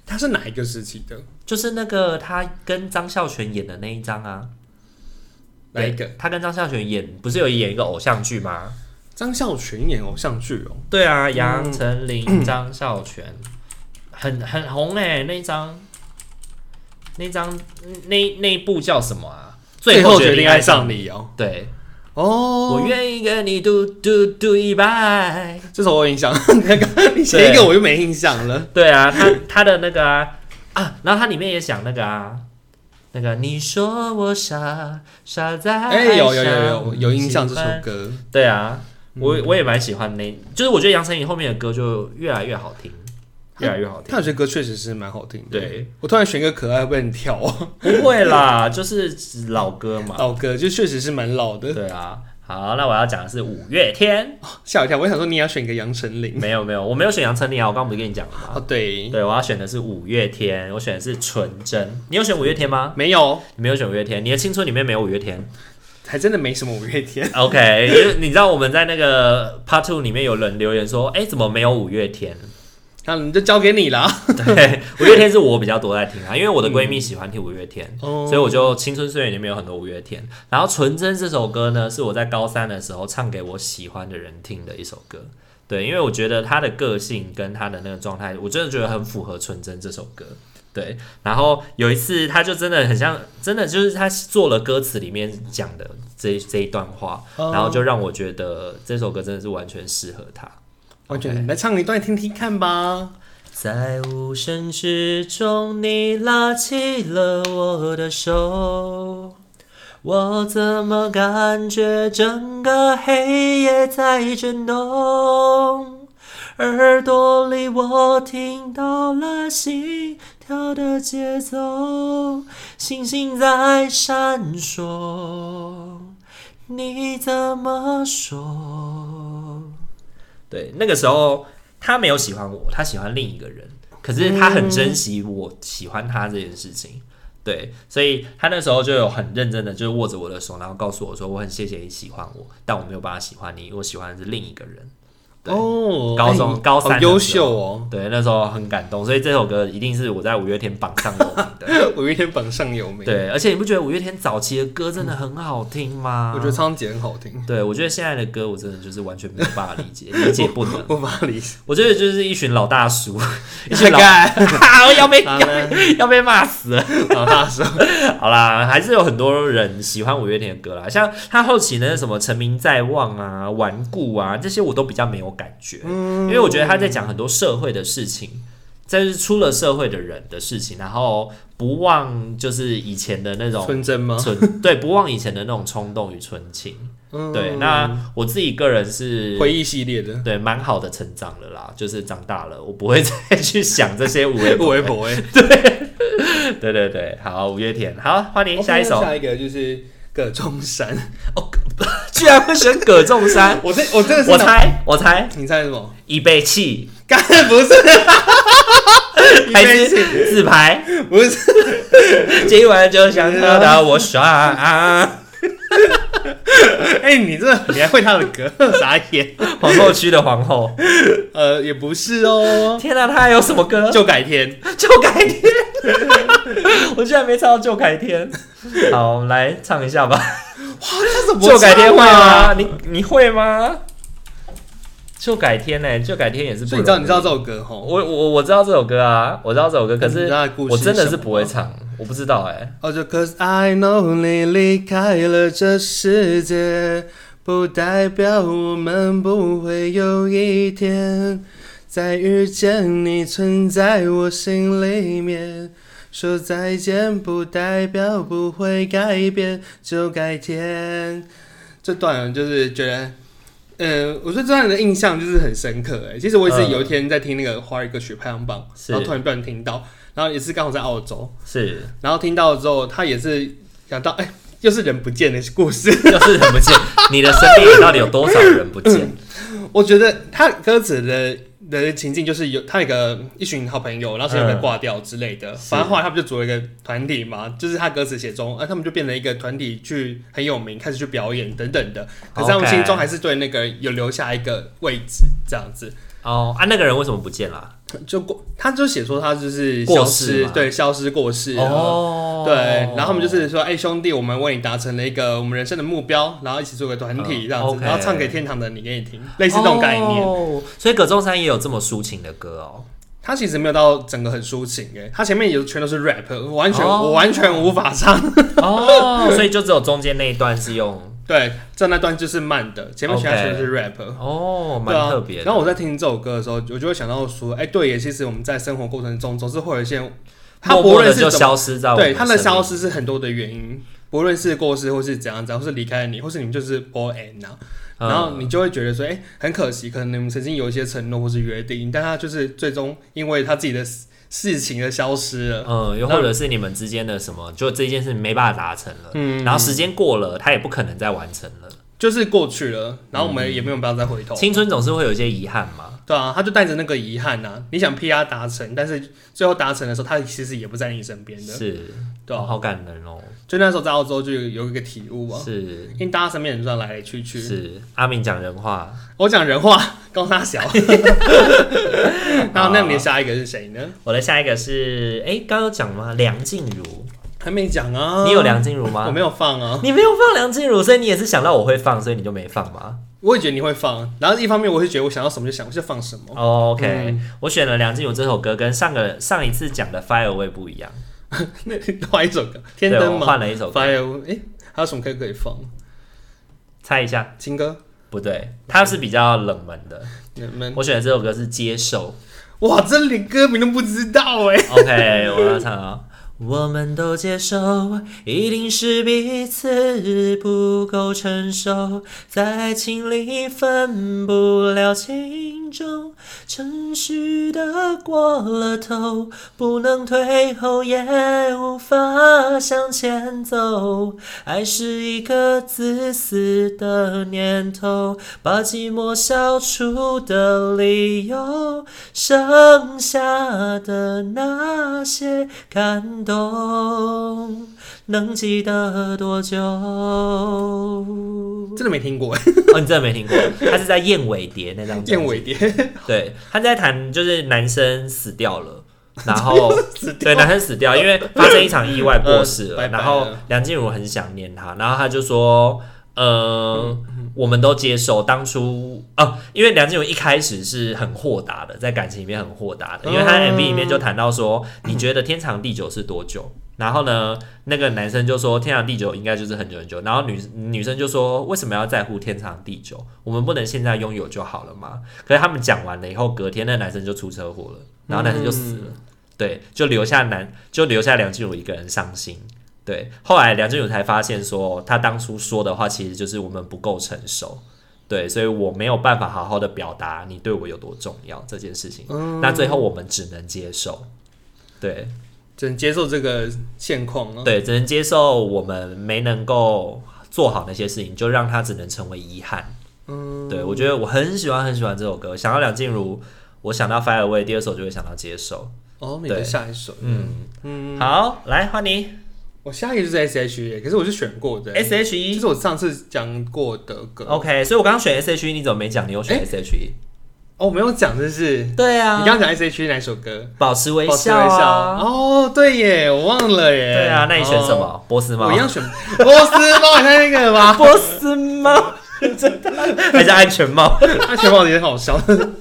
S1: 它是哪一个时期的？
S2: 就是那个他跟张孝全演的那一张啊。
S1: 哪一个？
S2: 他跟张孝全演，不是有演一个偶像剧吗？
S1: 张孝全演偶像剧哦，
S2: 对啊，杨丞琳、张孝全，嗯很很红哎、那一张，那一张那那一部叫什么啊？
S1: 最后决
S2: 决
S1: 定爱
S2: 爱
S1: 上
S2: 你。
S1: 你哦。
S2: 对，
S1: 哦，
S2: 我愿意跟你嘟嘟嘟一拜。
S1: 这首我有印象， 那个你写一个我就没印象了。
S2: 对啊，他他的那个啊啊，然后他里面也讲那个啊，那个你说我傻傻在
S1: 哎、有有有有有印象这
S2: 爱上
S1: 首
S2: 你
S1: 歌，嗯
S2: 对啊，我我也蛮喜欢那，就是我觉得杨丞琳后面的歌就越来越好听，越来越好听
S1: 他。有些歌确实是蛮好听的。
S2: 对，
S1: 我突然选一个可爱，会不会很跳哦？
S2: 不会啦，就是老歌嘛。
S1: 老歌就确实是蛮老的，
S2: 对啊，好，那我要讲的是五月天。
S1: 吓我一跳。我想说你也要选一个杨丞琳
S2: 没有没有，我没有选杨丞琳啊，我刚刚不是跟你讲了吗？
S1: 哦，对，
S2: 对，我要选的是五月天，我选的是纯真。你有选五月天吗？
S1: 没有，
S2: 你没有选五月天，你的青春里面没有五月天。
S1: 还真的没什么五月天。
S2: OK，因为你知道我们在那个 Part Two 里面有人留言说，哎、怎么没有五月天？
S1: 那你就交给你啦。
S2: 对，五月天是我比较多在听啊，因为我的闺蜜喜欢听五月天，
S1: 哦
S2: 所以我就青春岁月里面有很多五月天。然后《纯真》这首歌呢，是我在高三的时候唱给我喜欢的人听的一首歌。对，因为我觉得他的个性跟他的那个状态，我真的觉得很符合《纯真》这首歌。对，然后有一次他就真的很像，真的就是他做了歌词里面讲的这这一段话，
S1: 哦
S2: 然后就让我觉得这首歌真的是完全适合他。
S1: 完全来唱一段听听看吧。
S2: 在无声之中，你拉起了我的手，我怎么感觉整个黑夜在震动？耳朵里我听到了心跳的节奏，星星在闪烁，你怎么说？对，那个时候他没有喜欢我，他喜欢另一个人，可是他很珍惜我喜欢他这件事情。对，所以他那时候就有很认真的，就是握着我的手，然后告诉我说：“我很谢谢你喜欢我，但我没有办法喜欢你，我喜欢的是另一个人。对
S1: 哦，
S2: 高中
S1: 哎
S2: 高三
S1: 好
S2: 的时候
S1: 优秀哦，”
S2: 对，那时候很感动，所以这首歌一定是我在五月天榜上有名的。
S1: 五月天榜上有名，，
S2: 对，而且你不觉得五月天早期的歌真的很好听吗？
S1: 我觉得超级很好听，
S2: 对，我觉得现在的歌我真的就是完全没有办法理解，理解不 能。
S1: 我把它理解。
S2: 我觉得就是一群老大叔，一群
S1: 大
S2: 老，
S1: 概
S2: 啊 要被
S1: 好
S2: 要
S1: 了
S2: 被要被骂死了。
S1: 老大说，
S2: 好啦，还是有很多人喜欢五月天的歌啦，像他后期呢什么《成名在望》啊、《顽固》啊这些，我都比较没有感觉，
S1: 嗯
S2: 因为我觉得他在讲很多社会的事情，这是出了社会的人的事情，然后不忘就是以前的那种
S1: 纯真吗？
S2: 纯对，不忘以前的那种冲动与纯情。
S1: 嗯
S2: 对，那我自己个人是
S1: 回忆系列的，
S2: 对蛮好的成长了啦，就是长大了，我不会再去想这些 五月
S1: 不微博哎。
S2: 对对对，好，五月天，好，欢迎下一首，
S1: 下一个就是葛中山。
S2: 居然会选葛仲山
S1: ，我 这我真的是
S2: 我，猜，我猜，
S1: 你猜什么？
S2: 已被弃，
S1: 干不 是，
S2: 还
S1: 被弃
S2: 是自拍？
S1: 不是，
S2: 今晚就想得到我爽啊！
S1: 哎，你这你还会他的歌， 傻眼。
S2: 皇后区的皇后，
S1: 呃，也不是哦，
S2: 天哪、他还有什么歌？
S1: 就改天。
S2: 就改天， 我居然没唱到就改天。好，我们来唱一下吧。
S1: 这怎么
S2: 就改天会吗？
S1: 唱啊？
S2: 你你会吗？就改天呢、就改天也是不
S1: 所以你知道
S2: 容易
S1: 你知道这首歌吼？
S2: 我我我知道这首歌啊，我知道这首歌，可
S1: 你
S2: 是
S1: 知道它的故事
S2: 我真的
S1: 是什
S2: 是
S1: 么
S2: 不会
S1: 吗
S2: 唱，我不知道哎、
S1: 哦，就 Cause I know 你离开了这世界，不代表我们不会有一天再遇见你存在我心里面。说再见不代表不会改变，就改天。这段就是觉得，嗯、我对这段的印象就是很深刻。哎，其实我也是有一天在听那个华语歌曲排行榜，
S2: 是
S1: 然后突然不小心听到，然后也是刚好在澳洲，
S2: 是，
S1: 然后听到之后，他也是想到，哎、又是人不见的故事。
S2: 就是人不见，你的身边到底有多少人不
S1: 嗯
S2: 见？
S1: 我觉得他歌词的的情境就是有他有个一群好朋友，然后现在被挂掉之类的。
S2: 嗯是
S1: 反正后来他们就组了一个团体嘛，就是他歌词写中，啊，他们就变成一个团体去很有名，开始去表演等等的。可是他们
S2: OK
S1: 心中还是对那个有留下一个位置，这样子。
S2: 哦啊，那个人为什么不见啦？
S1: 就过，他就写说他就是
S2: 过
S1: 消
S2: 世
S1: 失，
S2: 嘛
S1: 对，消失过世。然后啊
S2: 哦，
S1: 对，然后他们就是说，哎、兄弟，我们为你达成了一个我们人生的目标，然后一起做个团体
S2: 嗯
S1: 这样子，
S2: OK
S1: 然后唱给天堂的你给你听，类似这种概念。
S2: 哦所以葛仲山也有这么抒情的歌哦。
S1: 他其实没有到整个很抒情，哎，他前面有全都是 rap，我完全、
S2: 哦
S1: 我完全无法 唱。
S2: 哦，所以就只有中间那一段是用
S1: 对，这那段就是慢的，前面其他
S2: OK
S1: 全都是 rap。
S2: 哦，
S1: 对
S2: 蛮
S1: 啊
S2: 特别，的。
S1: 然后我在听这首歌的时候，我就会想到说，哎、对耶，其实我们在生活过程中总是会有一些，他
S2: 默
S1: 不
S2: 默
S1: 论
S2: 的
S1: 是
S2: 就
S1: 怎么，
S2: 消失在我们
S1: 对他的
S2: 生命
S1: 消失是很多的原因，不论是过世或是怎样怎样，或是离开了你，或是你们就是 b a n 啊，
S2: 嗯
S1: 然后你就会觉得说，哎、很可惜，可能你们曾经有一些承诺或是约定，但他就是最终因为他自己的事事情的消失了，
S2: 嗯，又或者是你们之间的什么，就这件事没办法达成了，
S1: 嗯
S2: 然后时间过了，他也不可能再完成了。
S1: 就是过去了，然后我们也没有办法再回头。
S2: 青春总是会有一些遗憾嘛，
S1: 对啊，他就带着那个遗憾呐、啊，你想 PR 达成，但是最后达成的时候，他其实也不在你身边的，
S2: 是，
S1: 对啊。
S2: 好感人哦，
S1: 就那时候在澳洲就有有一个体悟啊，
S2: 是
S1: 因为大家身边人都来来去去。
S2: 是，阿明讲人话，
S1: 我讲人话，告诉他 小。那那你的下一个是谁呢？
S2: 我的下一个是，哎，刚刚有讲吗？梁静茹，
S1: 还没讲啊。
S2: 你有？梁静茹吗？
S1: 我没有放啊。
S2: 你没有放梁静茹，所以你也是想到我会放，所以你就没放吗、
S1: 我也觉得你会放，然后一方面我是觉得我想要什么就想就放什 么，
S2: o k 哦
S1: 嗯
S2: 我选了梁静茹这首歌，跟上个上一次讲的《Fire Away》不一样，
S1: 那换一首歌，天
S2: 对，
S1: 灯
S2: 我
S1: 嘛
S2: 换了一首歌，
S1: ，Fire，哎，还有什么歌可以放？
S2: 猜一下，
S1: 情歌，
S2: 不对，它是比较冷门的。
S1: 你们
S2: 我选的这首歌是《接受
S1: 哇，这连歌名都不知道哎、》
S2: ，OK，我要唱啊、我们都接受，一定是彼此不够成熟，在爱情里分不了轻重，程序的过了头，不能退后，也无法向前走。爱是一个自私的念头，把寂寞消除的理由，剩下的那些感动。哦动，能记得多久？哦，
S1: 真的没听过
S2: 你真的没听过？他是在燕尾蝶那张专辑
S1: 燕尾蝶，
S2: 对，他在谈就是男生死掉了，然后
S1: 死掉
S2: 对男生死掉，因为发生一场意外过世 了，
S1: 嗯拜拜
S2: 然后
S1: 了
S2: 梁静茹很想念他，然后他就说。呃，我们都接受当初哦，因为梁静茹一开始是很豁达的，在感情里面很豁达的，因为她在
S1: 哦
S2: MV 里面就谈到说，你觉得天长地久是多久？然后呢，那个男生就说天长地久应该就是很久很久，然后女女生就说为什么要在乎天长地久？我们不能现在拥有就好了吗？可是他们讲完了以后，隔天那男生就出车祸了，然后男生就死了，对，就留下男就留下梁静茹一个人伤心。对，后来梁静茹才发现说，她当初说的话其实就是我们不够成熟，对，所以我没有办法好好的表达你对我有多重要这件事情。那最后我们只能接受，对
S1: 只能接受这个现况啊了。
S2: 对，只能接受我们没能够做好那些事情，就让它只能成为遗憾。嗯，对我觉得我很喜欢很喜欢这首歌，想到梁静茹，我想到《Fire Away》，第二首就会想到接受。
S1: 哦，你的
S2: 对
S1: 下一首，
S2: 嗯，
S1: 嗯，
S2: 好，来换你
S1: 我下一个就是 S H E，可是我是选过的
S2: S H
S1: 就
S2: E。
S1: 是我上次讲过的歌。哦，
S2: OK，所以我刚刚选 S H E，你怎么没讲？你有选 S H E？、
S1: 哦我没有讲，就是你
S2: 对啊，
S1: 刚刚讲 S H E 哪首歌？
S2: 保持微
S1: 保持
S2: 笑、
S1: 微
S2: 啊，
S1: 笑。哦，对耶，我忘了耶。
S2: 对啊，那你选什
S1: 哦？
S2: 么？波斯猫
S1: 我一？样选波斯猫，你看那个 吧，
S2: 波 斯猫，真的还是安全帽？
S1: 他全帽也很好笑，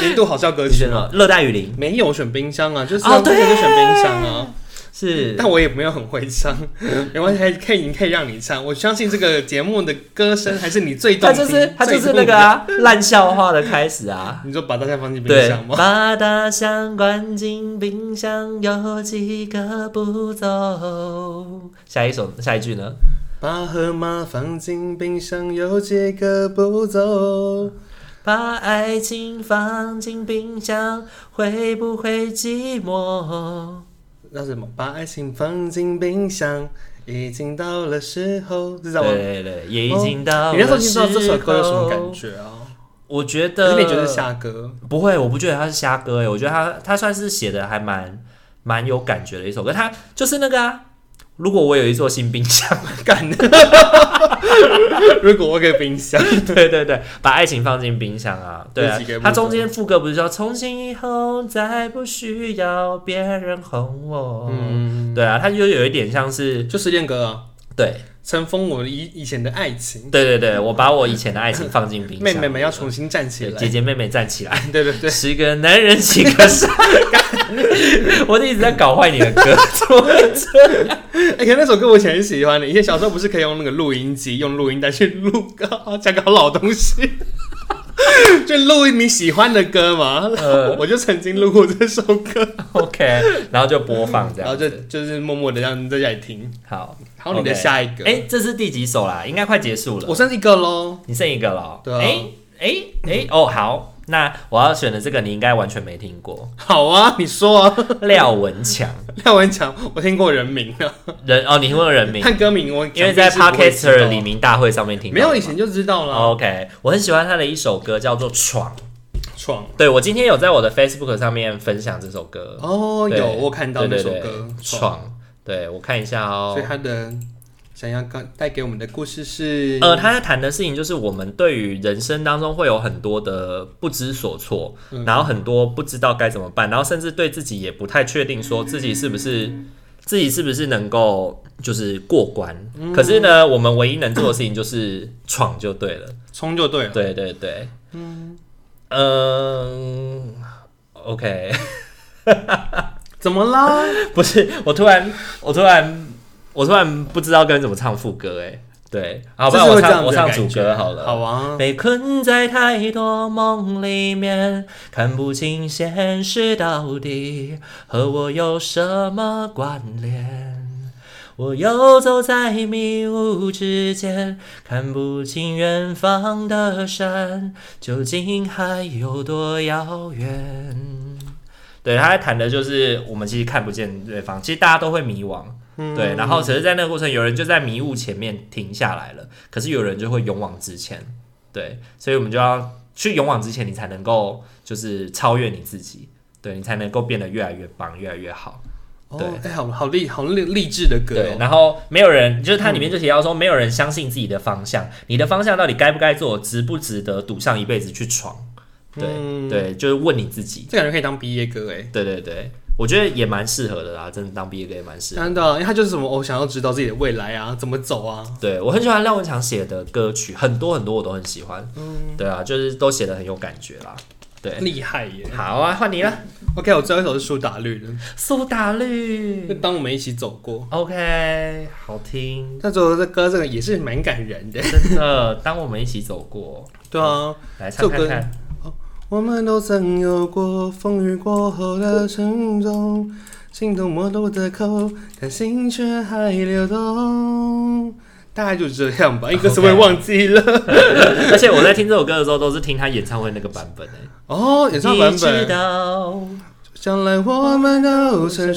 S1: 年度好笑歌
S2: 你
S1: 曲
S2: 选。了热带雨林
S1: 没有我选冰箱啊，就是
S2: 哦
S1: 我之前就选冰箱啊，
S2: 是
S1: 但我也没有很会唱， 没关系，还可以，你可以让你唱。我相信这个节目的歌声还是你最动
S2: 它
S1: 听，
S2: 就是它就
S1: 最
S2: 是
S1: 动
S2: 那个啊，烂笑话的开始啊。
S1: 听。你就把大家放进冰
S2: 对
S1: 箱，吗？
S2: 把大象关进冰箱，有几个不走？下一首，下一句呢？
S1: 把河马放进冰箱，有几个不走？
S2: 把爱情放进冰箱，会不会寂寞？
S1: 那什么，把爱情放进冰箱，已经到了时候，知道吗？
S2: 对对对，也已经到、
S1: 你那时候听到这首歌有什么感？觉啊？
S2: 我觉得，
S1: 可是你觉得是瞎歌？
S2: 不会，我不觉得他是瞎歌哎，我觉得他他算是写的还蛮蛮有感觉的一首歌。他就是那个啊，如果我有一座新冰箱，
S1: 干！如果我给冰箱，
S2: 对对对，把爱情放进冰箱啊，对啊
S1: 这几个。部分
S2: 他中间副歌不是说从今以后再不需要别人哄我，
S1: 嗯，
S2: 对啊，他就有一点像是
S1: 就失恋歌啊，
S2: 对
S1: 尘封我以以前的爱情，
S2: 对对对，我把我以前的爱情放进冰箱，
S1: 妹妹们要重新站起
S2: 对
S1: 来
S2: 姐。姐妹妹站起来。
S1: 对对对，
S2: 十个男人几个傻， 我一直在搞坏你的歌，怎么会这样？
S1: 哎、可是那首歌我以前很喜欢的，以前小时候不是可以用那个录音机，用录音带去录歌，讲个好老东 西，就录你喜欢的歌嘛。
S2: 呃
S1: 我就曾经录过这首歌，
S2: OK，然后就播放这
S1: 然后
S2: 样
S1: 就
S2: 子。
S1: 就是默默的让在家里听。
S2: 好，
S1: 好，你的下一个，
S2: 哎、这是第几首啦？应该快结束
S1: 我
S2: 了。
S1: 剩一个喽。
S2: 你剩一个了哦。
S1: 对啊
S2: 哎哎哎，哦，好，那我要选的这个你应该完全没听过，
S1: 好啊，你说啊，
S2: 廖文强
S1: 廖文强，我听过人名啊，
S2: 人哦，你听过人名？
S1: 看歌名我
S2: 因为在
S1: 想必是不会知
S2: Podcaster
S1: 道哦
S2: 李明大会上面听到
S1: 没
S2: 的嘛。
S1: 有以啊前就知道了。
S2: OK，我很喜欢他的一首歌叫做《闯》，
S1: 闯
S2: 对我今天有在我的 Facebook 上面分享这首歌。
S1: 哦，
S2: 对
S1: 有我看到那首
S2: 对对
S1: 歌
S2: 对闯。对我看一下哦
S1: 所以。他的想要刚带给我们的故事是，
S2: 呃，他在谈的事情就是我们对于人生当中会有很多的不知所措，
S1: 嗯
S2: 然后很多不知道该怎么办，然后甚至对自己也不太确定，说自己是不是自己是不是能够就是过关。
S1: 嗯
S2: 可是呢，我们唯一能做的事情就是闯就对了。
S1: 冲就对了。
S2: 对对对，嗯，嗯，OK，
S1: 怎么啦？
S2: 不是，我突然，我突然，我突然不知道跟怎么唱副歌，哎，对，好，不然
S1: 就是
S2: 我
S1: 会这样
S2: 唱
S1: 子
S2: 我
S1: 的
S2: 唱
S1: 感
S2: 主
S1: 觉
S2: 歌好了，
S1: 好啊，
S2: 被困在太多梦里面，看不清现实到底和我有什么关联。我游走在迷雾之间，看不清远方的山究竟还有多遥远。对，他在谈的就是我们其实看不见对方，其实大家都会迷惘。对，然后只是在那个过程，有人就在迷雾前面停下来了，可是有人就会勇往直前。对，所以我们就要去勇往直前，你才能够就是超越你自己，对你才能够变得越来越棒，越来越好。
S1: 哦
S2: 对，
S1: 哎、好好励好励励志的歌
S2: 对，
S1: 哦。
S2: 然后没有人，就是它里面就提到说，没有人相信自己的方向，你的方向到底该不该做，值不值得赌上一辈子去闯？对、
S1: 嗯
S2: 对，就是问你自己。
S1: 这感觉可以当毕业歌哎。
S2: 对对对，我觉得也蛮适合的啦，真的当毕业歌也蛮适合。
S1: 真的，因为他就是什么，我想要知道自己的未来啊，怎么走啊。
S2: 对我很喜欢廖文强写的歌曲，很多很多我都很喜欢。对啊，就是都写的很有感觉啦。对，
S1: 厉害耶
S2: 好啊，换你了，
S1: ！OK，我最后一首是苏打绿的，
S2: 苏打
S1: 就
S2: 绿。
S1: 当我们一起走过。
S2: OK，好听，
S1: 那时候这歌这个也是蛮感人的，
S2: 真的。当我们一起走过，
S1: 对啊，
S2: 来唱
S1: 这首
S2: 看
S1: 歌
S2: 看。
S1: 我们都曾有过风雨过后的沉重，心动陌路的口，但心却还流动。大概就这样吧，一个词我也忘记了。
S2: 而且我在听这首歌的时候，都是听他演唱会那个版本诶、 欸
S1: 哦，演唱版
S2: 你知
S1: 本，
S2: 道，
S1: 将来我们都成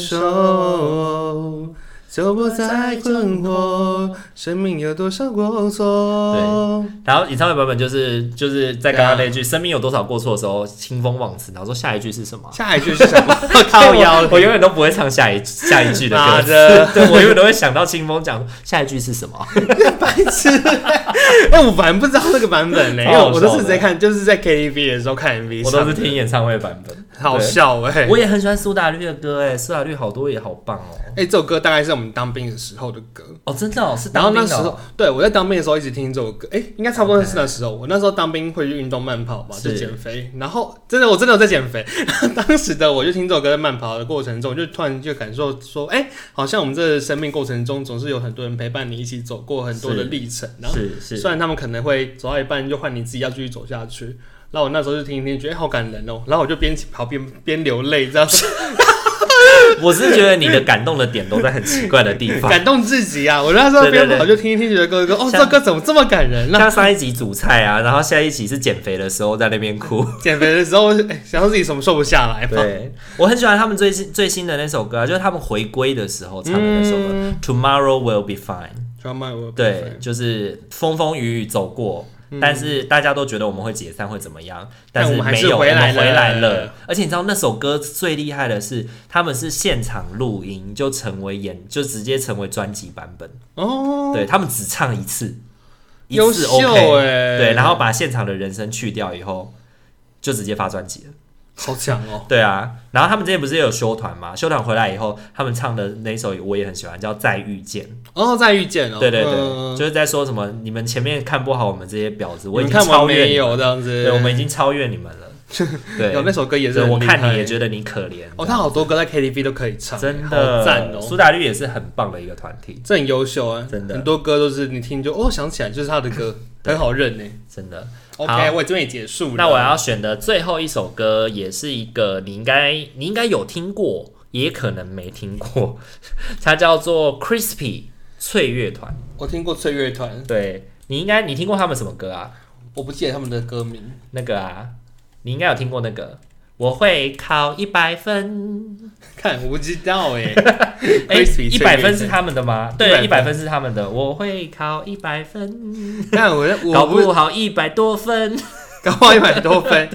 S1: 熟，就不再困惑，生命有多少过错？
S2: 然后演唱会版本就是就是在刚刚
S1: 对啊
S2: 那句“生命有多少过错”的时候，清风忘词，然后说下一句是什 么？
S1: 下一句是什么？
S2: 靠
S1: 腰
S2: 我，我永远都不会唱下一下一句的歌
S1: 妈
S2: 词
S1: 啊的，
S2: 对我永远都会想到清风讲下一句是什么。
S1: 白痴！哎，我反正不知道这个版本呢、因
S2: 超
S1: 为
S2: 好
S1: 我都是
S2: 笑的
S1: 直接看，就是在 KTV 的时候看 MV，
S2: 我都
S1: 唱
S2: 是
S1: 的
S2: 听演唱会版本，
S1: 好
S2: 对。
S1: 笑哎、
S2: 我也很喜欢苏打绿的歌，哎，苏打绿好多也好棒哦。
S1: 哎、这首歌大概是我们当兵的时候的歌。
S2: 哦，真的哦，是
S1: 然后
S2: 当兵
S1: 那
S2: 的
S1: 时候
S2: 哦。，
S1: 对我在当兵的时候一直听这首歌，哎、应该差不多是那时候。我那时候当兵会去运动慢跑嘛，就是减肥。然后真的，我真的有在减肥。 当时的我就听这首歌，在慢跑的过程中，就突然就感受说，哎、好像我们这生命过程中总是有很多人陪伴你一起走过很多的
S2: 是
S1: 历程。然后
S2: 是是，
S1: 虽然他们可能会走到一半就换你自己要继续走下去。然后我那时候就听一听，觉得、哎好感人哦。然后我就边跑边边流泪，这样 子
S2: 我是觉得你的感动的点都在很奇怪的地 方。
S1: 感动自己啊！我那时候边跑就听一听，觉得哥哥哦，
S2: 像
S1: 这歌怎么这么感人呢、
S2: 像上一集煮菜啊，然后下一集是减肥的时候在那边哭。
S1: 减肥的时候，哎，想到自己什么瘦不下来嘛。
S2: 对， 我很喜欢他们最新最新的那首歌、啊，就是他们回归的时候唱的那首歌，Tomorrow
S1: 嗯
S2: Will Be Fine》。
S1: 专卖我
S2: 对，，就是风风雨雨走过。但是大家都觉得我们会解散，会怎么样？
S1: 嗯但
S2: 是
S1: 我们还
S2: 没
S1: 是
S2: 有，我
S1: 回
S2: 们
S1: 来
S2: 回来
S1: 了
S2: 了。而且你知道那首歌最厉害的是，他们是现场录音，就成为演，就直接成为专辑版本。
S1: 哦，
S2: 对他们只唱一次，一
S1: 优
S2: 次
S1: 秀
S2: OK，、
S1: 哎
S2: 对，然后把现场的人声去掉以后，就直接发专辑了。
S1: 好强哦。
S2: 对啊，然后他们之前不是也有修团嘛？修团回来以后，他们唱的那一首我也很喜欢，叫《再遇见》。
S1: 哦，再遇见哦。
S2: 对对对，
S1: 嗯
S2: 就是在说什么你们前面看不好我们这些婊子，我已
S1: 你
S2: 经
S1: 看完
S2: 超越
S1: 没
S2: 你们
S1: 有这样子？
S2: 对，我们已经超越你们 了。对，
S1: 有那首歌也是
S2: 对
S1: 很
S2: 我
S1: 厉
S2: 看
S1: 害欸
S2: 你也觉得你可怜。啊
S1: 哦，他好多歌在 KTV 都可以唱，
S2: 真
S1: 好
S2: 的
S1: 赞哦。
S2: 苏打绿也是很棒的一个团体，
S1: 这很优秀啊，
S2: 真的
S1: 很多歌都是你听就哦想起来就是他的 歌，很好认呢。
S2: 真的。
S1: OK，我这边也结束了。
S2: 那我要选的最后一首歌，也是一个你应该你应该有听过，也可能没听过， 它叫做 Crispy 翠乐团。
S1: 我听过翠乐团，
S2: 对你应该你听过他们什么歌啊？
S1: 我不记得他们的歌 名。
S2: 那个啊，你应该有听过那个。我会考一百分，
S1: 看，我不知道 哎。
S2: 哎，
S1: Crispy
S2: 一
S1: 翠乐
S2: 百
S1: 团
S2: 分是他们的吗？对，一
S1: 100
S2: 百
S1: 分
S2: 分是他们的。我会考一百分，
S1: 但我
S2: 搞
S1: 我
S2: 不
S1: 不
S2: 好一百多分。
S1: 搞不好一百多分，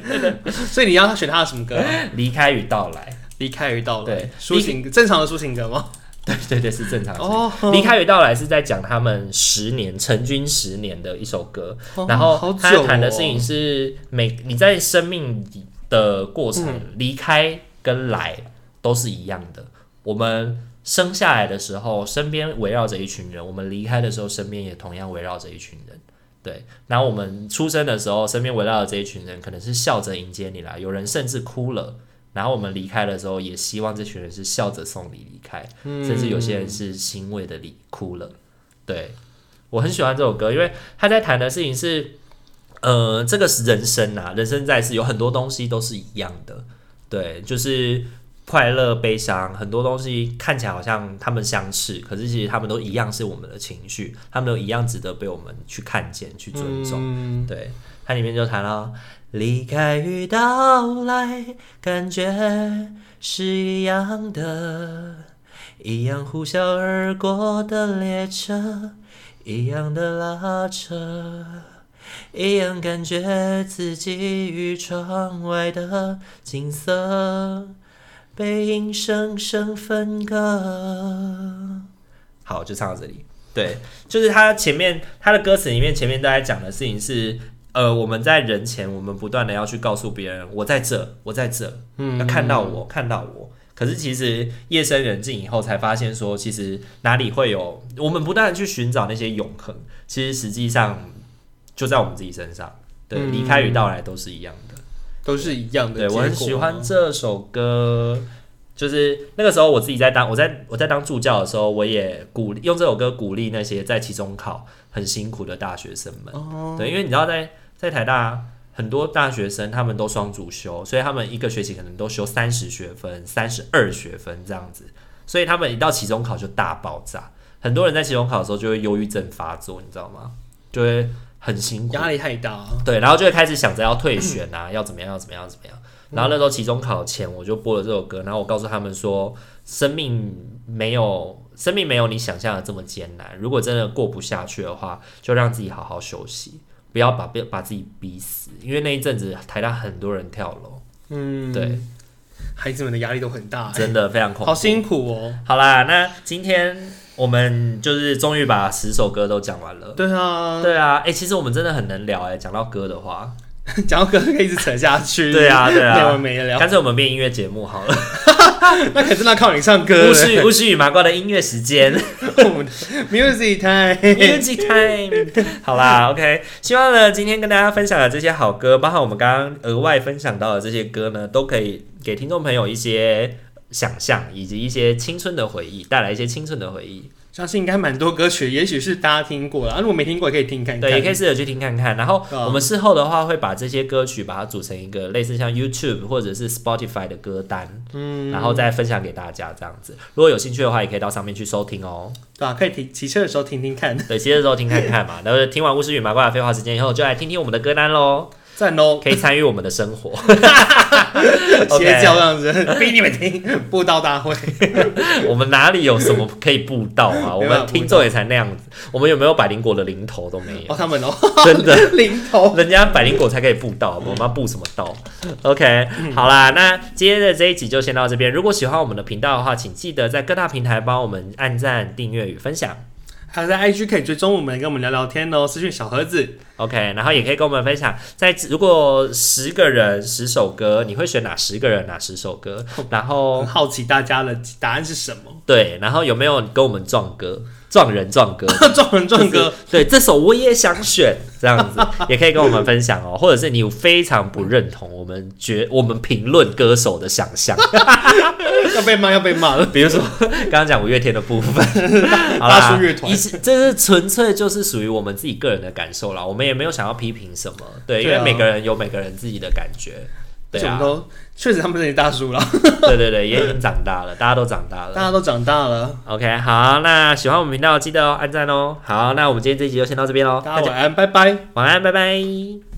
S1: 所以你要他选他的什么歌啊？
S2: 离开与到来，
S1: 离开与到来
S2: 对，
S1: 抒情正常的抒情歌吗？
S2: 对对对，是正常的声音。
S1: 哦，
S2: 离开与到来是在讲他们十年成军十年的一首歌，
S1: 哦
S2: 然
S1: 好
S2: 后他
S1: 久
S2: 谈的
S1: 哦
S2: 事情是每你在生命的过程
S1: 嗯
S2: 离开跟来都是一样的。我们生下来的时候，身边围绕着一群人；我们离开的时候，身边也同样围绕着一群人。对，然后我们出生的时候，身边围绕着这一群人，可能是笑着迎接你啦，有人甚至哭了。然后我们离开的时候，也希望这群人是笑着送你离开，甚至有些
S1: 嗯
S2: 人是欣慰的离哭了。对我很喜欢这首歌，因为他在谈的事情是，呃，这个是人生啊，人生在世有很多东西都是一样的，对，就是快乐、悲伤，很多东西看起来好像他们相似，可是其实他们都一样是我们的情绪，他们都一样值得被我们去看见、去尊重。
S1: 嗯，
S2: 对，它里面就谈到离开与到来，感觉是一样的，一样呼啸而过的列车，一样的拉扯，一样感觉自己与窗外的景色。被硬生生分割。好，就唱到这里。对，就是他前面他的歌词里面前面大家讲的事情是，呃，我们在人前，我们不断的要去告诉别人，我在这，我在这，
S1: 嗯
S2: 要看到我，看到我。可是其实夜深人静以后，才发现说，其实哪里会有我们不断的去寻找那些永恒，其实实际上就在我们自己身上。对，
S1: 嗯
S2: 离开与到来都是一样的。
S1: 都是一样的
S2: 对
S1: 结
S2: 我很
S1: 果啊
S2: 喜欢这首歌，就是那个时候我自己在当我在我在当助教的时候，我也鼓励用这首歌鼓励那些在期中考很辛苦的大学生们。
S1: 哦，
S2: 对，因为你知道在在台大很多大学生他们都双主修，所以他们一个学期可能都修三十学分、三十二学分这样子，所以他们一到期中考就大爆炸。很多人在期中考的时候就会忧郁症发作，你知道吗？就会很辛苦，
S1: 压力太大，啊
S2: 对，然后就会开始想着要退选啊，要怎么样，要怎么样，要怎么样。然后那时候期中考前，我就播了这首歌，然后我告诉他们说，生命没有，生命没有你想象的这么艰难。如果真的过不下去的话，就让自己好好休息，不要把被把自己逼死。因为那一阵子台大很多人跳楼，
S1: 嗯，
S2: 对，
S1: 孩子们的压力都很大，
S2: 真的非常恐怖。
S1: 好辛苦哦。
S2: 好啦，那今天我们就是终于把十首歌都讲完了。
S1: 对啊，
S2: 对啊，哎、其实我们真的很能聊哎、讲到歌的话，
S1: 讲到歌可以一直扯下去，
S2: 对啊，对
S1: 没
S2: 啊
S1: 完，没了。
S2: 干脆我们变音乐节目好了。
S1: 那可真的靠你唱歌
S2: 巫
S1: 了，
S2: 师与巫师与麻瓜的音乐时间
S1: 我们的 music time，
S2: ，Music Time。好啦，OK，希望呢今天跟大家分享的这些好歌，包含我们刚刚额外分享到的这些歌呢，都可以给听众朋友一些想象，以及一些青春的回忆，带来一些青春的回忆。
S1: 相信应该蛮多歌曲，也许是大家听过了，啊如果没听过也可以听看看。
S2: 对，也可以试着去听看看。然后
S1: 对啊
S2: 我们事后的话，会把这些歌曲把它组成一个类似像 YouTube 或者是 Spotify 的歌单，嗯，然后再分享给大家这样子。如果有兴趣的话，也可以到上面去收听哦。
S1: 对啊，可以骑骑车的时候听听看，
S2: 对，接着之后听看看嘛。然后听完巫师与麻瓜的废话时间以后，就来听听我们的歌单喽，
S1: 赞 哦，
S2: 可以参与我们的生活。
S1: 邪教这样子，逼你们听布道大 会，
S2: 我们哪里有什么可以布道 啊？我
S1: 没办法
S2: 们听众也才那样子，我们有没有百灵果的零头都没
S1: 哦，
S2: 有，
S1: 他们哦，
S2: 真的。
S1: 零头，
S2: 人家百灵果才可以布道，我们要布什么道？OK，好啦，那今天的这一集就先到这边。如果喜欢我们的频道的话，请记得在各大平台帮我们按赞、订阅与分享。
S1: 还有在 IG 可以追踪我们，跟我们聊聊天哦，私讯小盒子，
S2: OK，然后也可以跟我们分享，在如果十个人十首歌，你会选哪十个人哪十首歌？然后
S1: 很好奇大家的答案是什么？
S2: 对，然后有没有跟我们撞歌、撞人、撞歌？
S1: 撞人撞
S2: 就
S1: 歌
S2: 是， 对，这首我也想选，这样子 也可以跟我们分享哦，或者是你非常不认同我们觉我们评论歌手的想 象，
S1: 要被骂要被骂了，
S2: 比如说刚刚讲五月天的部 分，好
S1: 大
S2: 啦
S1: 叔乐，团
S2: 一是这是纯粹就是属于我们自己个人的感受啦，我们也没有想要批评什么，对，因
S1: 对
S2: 为
S1: 啊
S2: 每个人有每个人自己的感觉，
S1: 而
S2: 对
S1: 且我们
S2: 啊，
S1: 都确实他们这些大叔了，
S2: 对对对，也已经长大了，大家都长大
S1: 大
S2: 了。
S1: 家都长大了，
S2: OK，好，那喜欢我们频道记得哦，按赞哦。好，那我们今天这集就先到这边喽，
S1: 大
S2: 大
S1: 家
S2: 家
S1: 晚安，拜拜。
S2: 晚安，拜拜。